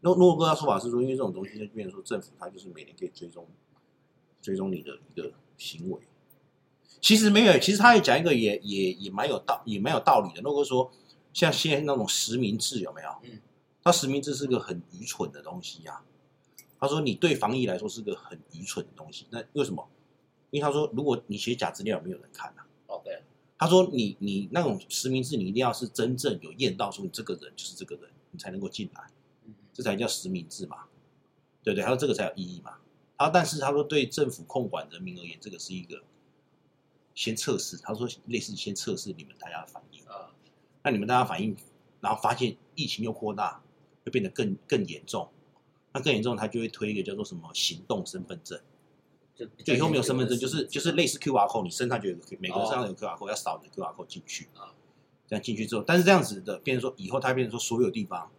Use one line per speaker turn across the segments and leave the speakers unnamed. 那如果归到说法是说，因为这种东西就变成说政府它就是每年可以追踪追踪你的一个行为。其实没有，其实他也讲一个也也也蛮有道也蛮有道理的。如果说像现在那种实名制有没有？
嗯，
他实名制是个很愚蠢的东西呀、他说你对防疫来说是个很愚蠢的东西，那为什么？因为他说如果你写假资料，没有人看啊。
哦对，
他说你你那种实名制，你一定要是真正有验到说你这个人就是这个人，你才能够进来。
嗯嗯
这才叫实名制嘛，对不对？他说这个才有意义嘛。他但是他说对政府控管人民而言，这个是一个先测试。他说类似先测试你们大家的反应，
啊
那你们大家反应，然后发现疫情又扩大，会变得更更严重。那更严重，他就会推一个叫做什么行动身份证，
就
就以后没有身份证，就是就是类似 QR code，你身上就有个每个人身上有个 QR code，要扫你的 QR code 进去
哦啊。
这样进去之后，但是这样子的，变成说以后它变成说所有地方，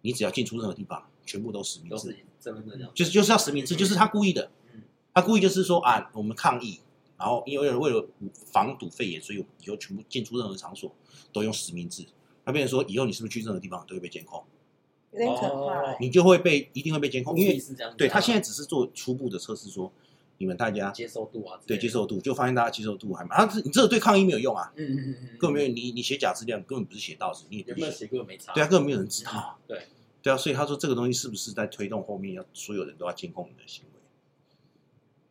你只要进出任何地方，全部都实名
都
制
是。身份证这样，
就是就是要实名制，就是他故意的，
嗯
他故意就是说啊，我们抗议，然后因为为了防堵肺炎，所以以后全部进出任何场所都用实名制。那变成说，以后你是不是去任何地方都会被监控，
有点可怕、
哦
欸。
你就会被一定会被监控，因为
是这样子啊，
对他现在只是做初步的测试，说你们大家
接受度啊，
对接
受，
受度，就发现大家接受度还蛮，啊，这你这个对抗议没有用啊，
嗯嗯嗯嗯，
根本没有你你写假资料根本不是写到时，你也不
有
是
没有
写
写过没差，
对啊，根本没有人知道，
对
对啊，所以他说这个东西是不是在推动后面要所有人都要监控你的行为，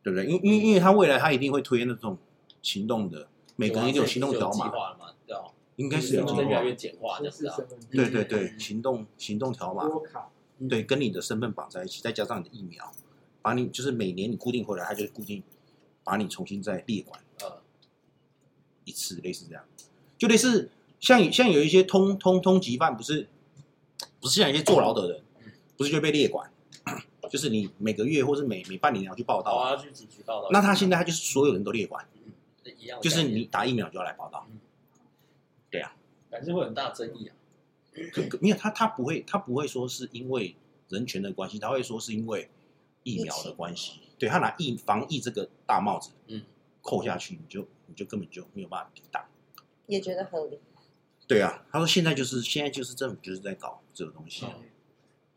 对不对？因因因为他未来他一定会推那种行动的，每个人一定有行动
就
条
计
码，
划了嘛，对哦，
应该
就是
有
是
计
真的越
划
来，越简化，就
这
是
是
啊，
身份证
对对对，
嗯
行动行动条码，
拨卡，
对，跟你的身份绑在一起，再加上你的疫苗，把你就是每年你固定回来，他就固定把你重新再列管
呃，
一次，类似这样，就类似像像有一些通通通缉犯，不是不是像有一些坐牢的人
嗯，
不是就被列管，就是你每个月或是每每半年要去报道
好
啊。
啊，去警局报道，
那他现在他就是所有人都列管，
嗯是一样的概念，
就是你打疫苗就要来报道，
感觉会有很大争议啊，
可可没有他他不会他不会说是因为人权的关系，他会说是因为疫苗的关系，对他拿疫防疫这个大帽子
嗯，
扣下去，你就你就根本就没有办法抵挡。
也觉得合理。
对啊，他说现在就是现在就是政府就是在搞这个东西，
嗯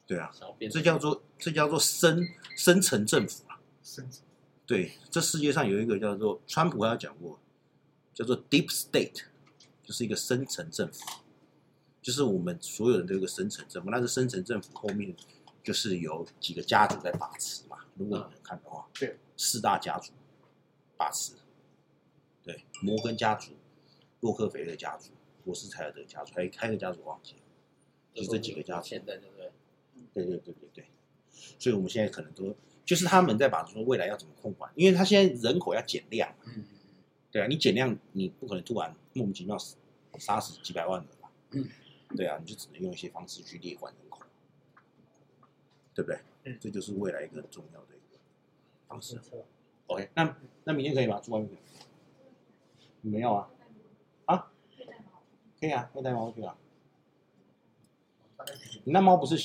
对啊，
想要变
这叫做这叫做深深层政府啊。
甚至
对，这世界上有一个叫做川普，他有讲过，叫做 Deep State，就是一个深层政府，就是我们所有人都有一个深层政府，那个深层政府后面就是有几个家族在把持嘛。如果你能看的话，
对，
四大家族把持，对，摩根家族、洛克菲勒家族、罗斯柴尔德家族，还有还有一个家族忘记了，就这几个家族。
现在对不对？
对对对对对，所以我们现在可能都就是他们在把说未来要怎么控管，因为他现在人口要减量，
嗯嗯嗯。
对啊，你减量你不可能突然莫名其妙死杀死几百万人吧？
嗯，
对啊，你就只能用一些方式去列管人口，对不对？
嗯
这就是未来一个很重要的一个方式
没。错
OK，那那明天可以吗？住外面可以吗？你们要啊？啊？可以啊，可以带猫去啊。
嗯
你那猫不是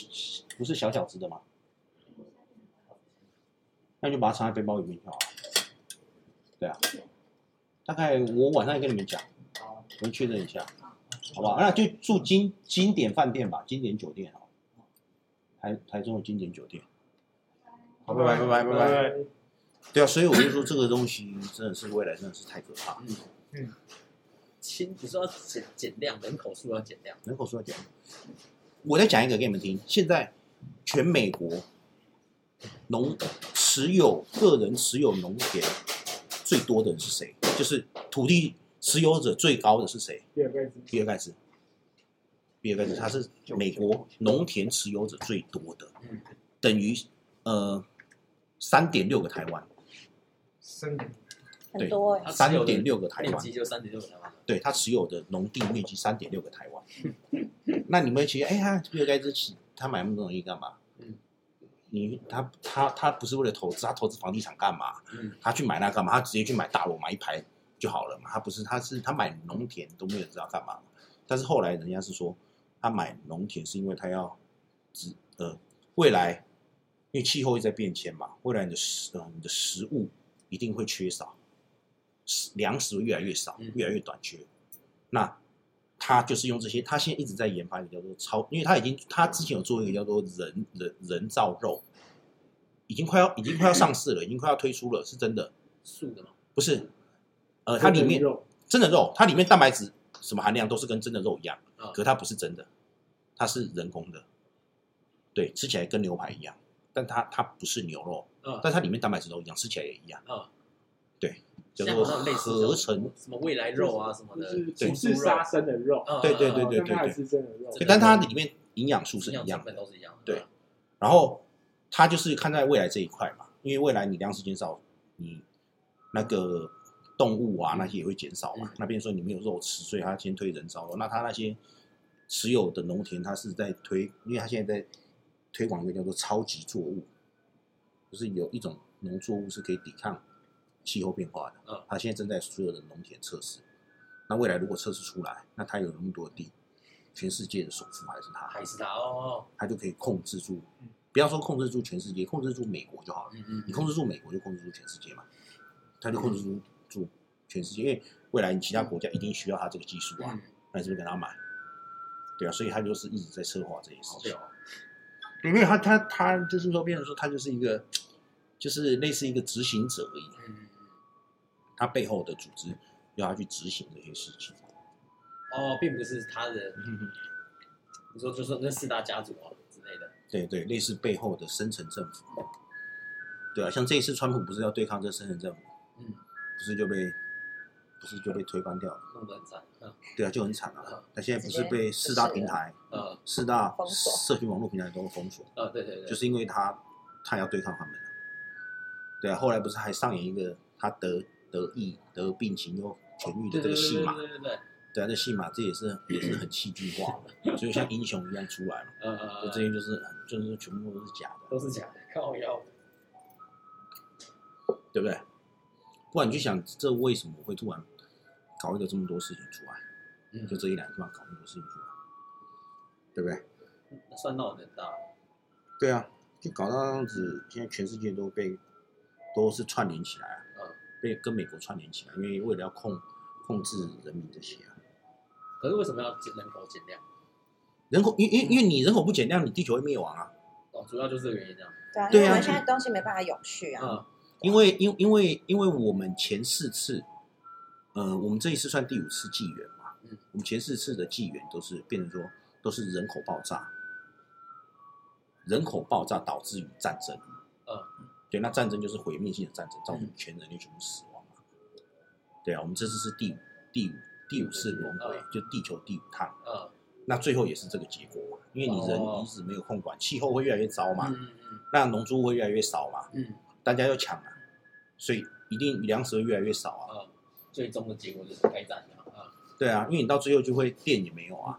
不是小小只的吗？那就把它藏在背包里面就好了。对啊，大概我晚上再跟你们讲，
好，
我会确认一下，好不好？那就住经经典饭店吧，经典酒店哦，台台中的经典酒店。好，拜拜拜拜拜拜。
拜。
对啊，所以我就说这个东西真的是未来真的是太可怕了，
嗯嗯，亲，你说要减减量，人口数要减量，
人口数要减。我再讲一个给你们听，现在全美国农持有个人持有农田最多的人是谁？就是土地持有者最高的是谁？
第二个字，
比尔盖茨。比尔盖茨他是美国农田持有者最多的，
嗯，
等于呃三点六个台湾，
生
很多哎、
他
欸，
持有
三
的
点六个台
面
湾。
积就三点六个台湾，
对他持有的农地面积三点六个台湾。 那你们其实，哎呀，比尔盖茨起他买那么多农地干嘛？
嗯
你他他他不是为了投资，他投资房地产干嘛？
嗯，
他去买那干嘛？他直接去买大楼买一排就好了嘛。他不是，他是他买农田都没有人知道干嘛。但是后来人家是说，他买农田是因为他要只呃未来，因为气候一直在变迁嘛，未来你的食呃你的食物一定会缺少，食粮食会越来越少
嗯，
越来越短缺。那他就是用这些，他现在一直在研发一个叫做超，因为他已经他之前有做一个叫做人人人造肉，已经快要已经快要上市了，已经快要推出了，是真的，
素的嘛，
不是，呃，它里面
肉
真的肉，它里面蛋白质什么含量都是跟真的肉一样，
啊
可它不是真的，它是人工的，对，吃起来跟牛排一样，但它它不是牛肉，
嗯
但它里面蛋白质都一样，吃起来也一样，
嗯，
叫
像
做
好像有类似这种
合成
什么未来肉啊什么
就
的，
是
对
不是杀生的肉，
嗯
对对对
嗯
对
但它还是真的肉，
对但它里面营养素是一
营养
样
成分
的，
都是一样的，
对然后它就是看在未来这一块嘛，因为未来你粮食减少，你那个动物啊那些也会减少嘛
嗯，
那边说你没有肉吃，所以它先推人造肉，那它那些持有的农田，它是在推，因为它现在在推广一个叫做超级作物，就是有一种农作物是可以抵抗气候变化的，
嗯
它现在正在所有的农田测试，那未来如果测试出来，那它有那么多地，全世界的首富还是它。
还是它哦，
它就可以控制住
嗯，
不要说控制住全世界，控制住美国就好了。
嗯嗯，
你控制住美国，就控制住全世界嘛，它就控制住住全世界，因为未来你其他国家一定需要它这个技术啊
哇，，
那你是不是跟他买？对啊，所以它就是一直在策划这些事
好
情
屌。哦，
对，因为它它它就是说，变成说它就是一个，就是类似一个执行者而已，
嗯嗯嗯。
它背后的组织要它去执行这些事情。
哦，并不是他的，你说就说那四大家族啊之类的，
对对，类似背后的深层政府。对啊，像这一次川普不是要对抗这深层政府，
嗯，
不是就被不是就被推翻掉了？
弄得很惨，嗯
对啊，就很惨啊
嗯。
那现在不是被四大平台、
呃
四大
封锁
社群网络平台都封锁，
呃，对对对，
就是因为他他要对抗他们啊。对啊，后来不是还上演一个他得得意得病情又痊愈的这
对对
个戏
对
码？
对对对，
对啊，这戏码这也是也是很戏剧化的，所以像英雄一样出来 嘛。
呃呃，
就这些就是就是全部都是假的，
都是假的，靠腰，
对不对？不然你就想，这为什么会突然搞一个这么多事情出来？
嗯
就这一两突然搞那么多事情出来，啊对不对？
算闹得很大，
对啊，就搞到这样子，现在全世界都被都是串联起来啊，
嗯，
被跟美国串联起来，因为为了要控控制人民这些啊，
可是为什么要减人口减量？
人口，因因因为你人口不减量，你地球会灭亡啊。
哦，主要就是这个原因这样，
对啊，因
对
为
啊
我们现在东西没办法永续啊。
嗯
因为因因为因为我们前四次，呃，我们这一次算第五次纪元嘛，
嗯
我们前四次的纪元都是变成说都是人口爆炸，人口爆炸导致于战争，
嗯，
对，那战争就是毁灭性的战争，造成全人类全部死亡嘛，对啊，我们这次是第五第五第五次轮回，就地球第五趟，
嗯
那最后也是这个结果嘛，因为你人
哦
一直没有控管，气候会越来越糟嘛，
嗯嗯
那农作物会越来越少嘛，
嗯
大家要抢啊，所以一定粮食会越来越少啊。
嗯，最终的结果就是该战了啊，
对啊，因为你到最后就会电也没有啊，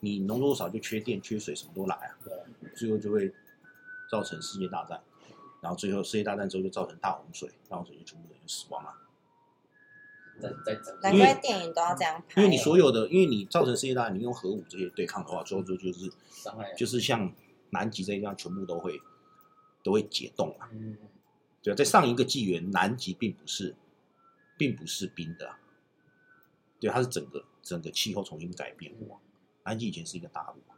你农作物少就缺电、缺水，什么都来啊，
对，
最后就会造成世界大战，然后最后世界大战之后就造成大洪水，大洪水就全部人就死亡了。啊
再再整，
难怪电影都要这样拍，欸
因为你所有的，因为你造成世界大战，你用核武这些对抗的话，最后就就是
伤害，
就是像南极这一样，全部都会都会解冻啊。
嗯
对啊，在上一个纪元，南极并不是，并不是冰的啊、对，它是整个整个气候重新改变过。南极以前是一个大陆啊，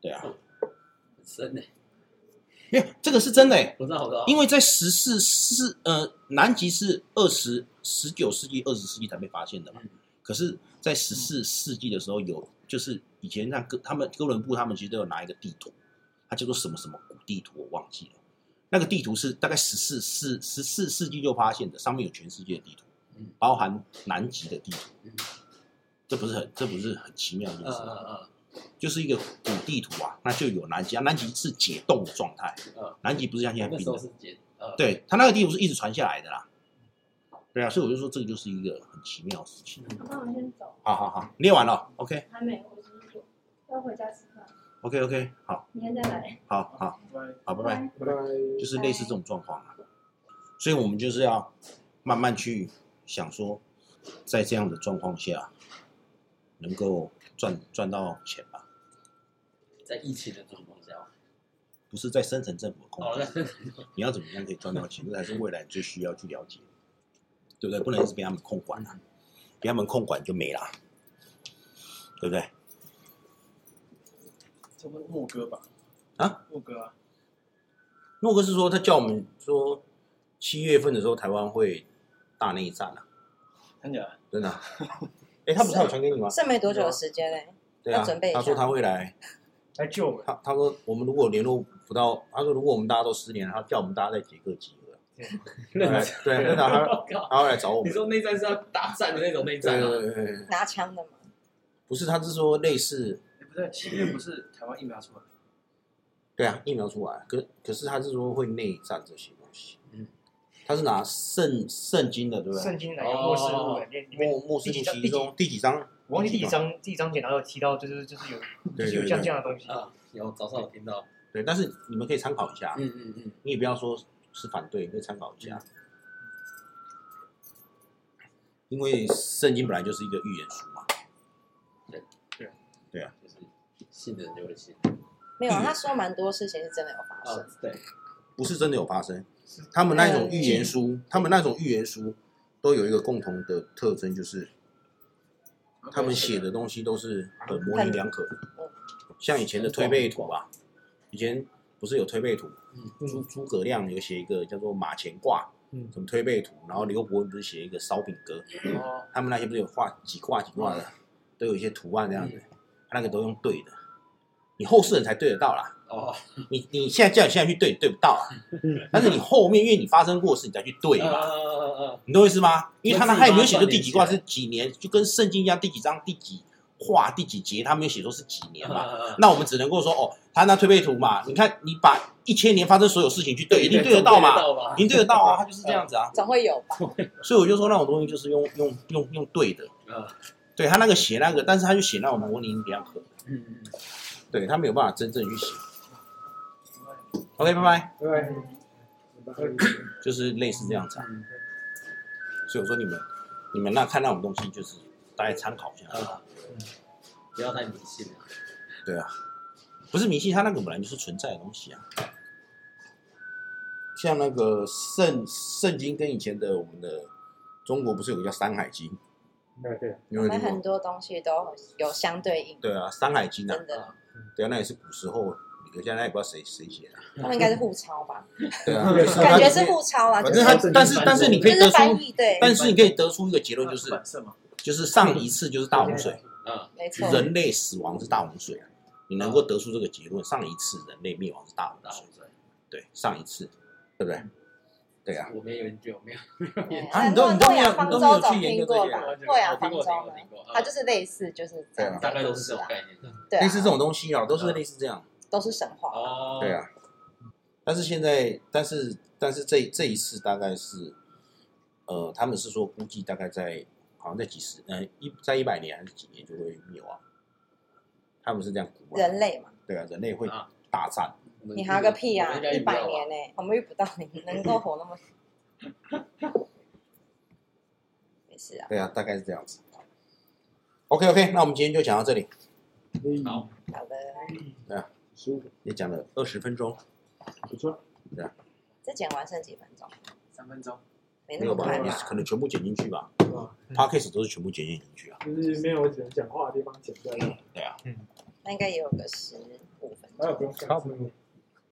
对啊，
很深呢，
没有这个是真的欸、
我知道我知道，
因
为
为在十四世呃，南极是二十十九世纪、二十世纪才被发现的嘛
嗯。
可是，在十四世纪的时候有，就是以前那哥他们哥伦布他们其实都有拿一个地图，它叫做什么什么古地图，我忘记了。那个地图是大概十四世十四世纪就发现的，上面有全世界的地图
嗯，
包含南极的地图
嗯。
这不是很这不是很奇妙的
嗯
意思吗，
嗯
就是一个古地图啊，那就有南极啊，南极是解冻的状态，
嗯嗯，
南极不是像现在
那
冰
时候
的。
是减，呃，
对他那个地图是一直传下来的啦。对啊，所以我就说这个就是一个很奇妙的事情。
那我先走，
好好好，列完了，OK
还没，我只是要回家吃饭，
OK OK，好
明天再来。
好好好，拜拜。
拜拜。
就是类似这种状况啊，所以我们就是要慢慢去想说，在这样的状况下，能够赚赚到钱吧，
在疫情的状况下，
不是在深层政府的控
好
制
了
下。，你要怎么样可以赚到钱，这才是未来最需要去了解的，对不对？不能一直被他们控管啊，被他们控管就没啦。啊对不对？
这不是牧歌吧？
啊，
牧歌啊，
诺哥是说他叫我们说七月份的时候台湾会大内战啊，
真假的？
真的啊、哎、他不是还有传给你吗？
剩没多久的时间欸嘞，
对啊
啊要准备，一下
他说他会来，
来哎救我们，
他他说我们如果联络不到，他说如果我们大家都失联了，他叫我们大家再结个集合，啊对
认真。
对，真的啊
我靠！
他他会来找我
你
们，
说内战是要大战的那种内
对
战啊？
对对对对，
拿枪的嘛，
不是，他是说类似，
哎，不对，七月不是台湾疫苗出来？
对啊，疫苗出来，可可是他是说会内战这些东西，
嗯，
他是拿圣圣经的，对不对？
圣经哪个末世录哎
哦
里面，里面
末末世
第几
纪
章
其中第几章？
我忘记第几章第几章节，然后有提到就是就是有就
对
是
对
有像
对
这样的东西，
啊，有早上有听到，
对，但是你们可以参考一下，
嗯嗯嗯，
你也不要说是反对，你可以参考一下，因为圣经本来就是一个预言书嘛。
就是信的人就会信
嗯
没有啊，他说蛮多事情是真的有发
啊
生，，
对，
不是真的有发生。他们那一种预言书，他们那种预言书都有一个共同的特征，就是他们写的东西都是很模棱两可的。 像以前的推背图啊，以前不是有推背图？
嗯
诸诸葛亮有写一个叫做马前挂，
嗯
什么推背图，然后刘伯温不是写一个烧饼歌，
哦，
他们那些不是有画几挂几挂的，都有一些图案这样子，那个都用对的，你后世人才对得到啦。
哦，
你你现在叫你现在去对，对不到啊。但是你后面，因为你发生过的事，你再去对嘛，
啊
你懂我意思吗？因为他那
自己
还
把它
没有写出第几卦
串
是
联
几年，就跟圣经一样，第几章、第几画、第几节，他没有写说是几年
啊
嘛。
啊！
那我们只能够说，哦，他那推背图嘛，你看你把一千年发生所有事情去对，一定对得到嘛，
嘛
一定对得到啊，他就是这样子啊。
总会有吧？
所以我就说那种东西就是用用用用对的，对他那个写那个，但是他就写那种模棱两可，
嗯，
对他没有办法真正去写。OK，拜拜，
对，
就是类似这样子啊。
嗯
所以我说你们，你们那看那种东西，就是大家参考一下，
啊，不要太迷信了。
不是迷信，它那个本来就是存在的东西啊。像那个圣圣经跟以前的我们的中国不是有个叫《山海经》，
对对，
你有
我
没
们
有听过？
很多东西都有相对应，
嗯对啊，《山海经》啊
真，的，
对啊，那也是古时候，人家那也不知道谁谁写的啊，
他们应该是互抄吧？
对啊，
感觉是互抄 啦，
反
就
正
是
他，但是但是你可以
就
得
是
出
翻，译对，
但是你可以得出一个结论，
那
就是是
嗯
版色嘛？
就是上一次就是大洪水。
啊，
没错，
人类死亡是大洪水，你能够得出这个结论，上一次人类灭亡是大洪
大
水
洪，水，
对，上一次，对不对？对啊，
我没有研究，没有，
对
啊你都你都没有
洛阳方
你都没有
舟
去
总
研究
听
这
过
些
吧
啊？
洛阳方舟
我
吗
听过，
它就是类似就是这样，
大概都是这种概念的。
对啊
类似这种东西啊，都是类似这样，
都是神话，
哦，
对，啊。但是现在，但是但是这这一次大概是，呃，他们是说估计大概在好像在几十，呃，一在一百年还是几年就会灭亡，他们是这样估啊，
人类嘛，
对啊，人类会
啊
大战，
你还有个屁
我
啊！
们应该
一
遇不到
百
吧
年呢，我们遇不到你，能够活那 么久，没事啊，
对啊，大概是这样子。OK OK，那我们今天就讲到这里，
好，
好的，
舒服，
也讲了二十分钟。
不错。
这剪完剩几分钟？
三分钟，
没
没
那
有
么
吧？
快
你
吧？
可能全部剪进去吧。
吧
Podcast 都是全部剪进去啊。
就是没有只能讲话的地方剪掉，
对啊，
那应该也有个十五分
还
钟
有不。用上车。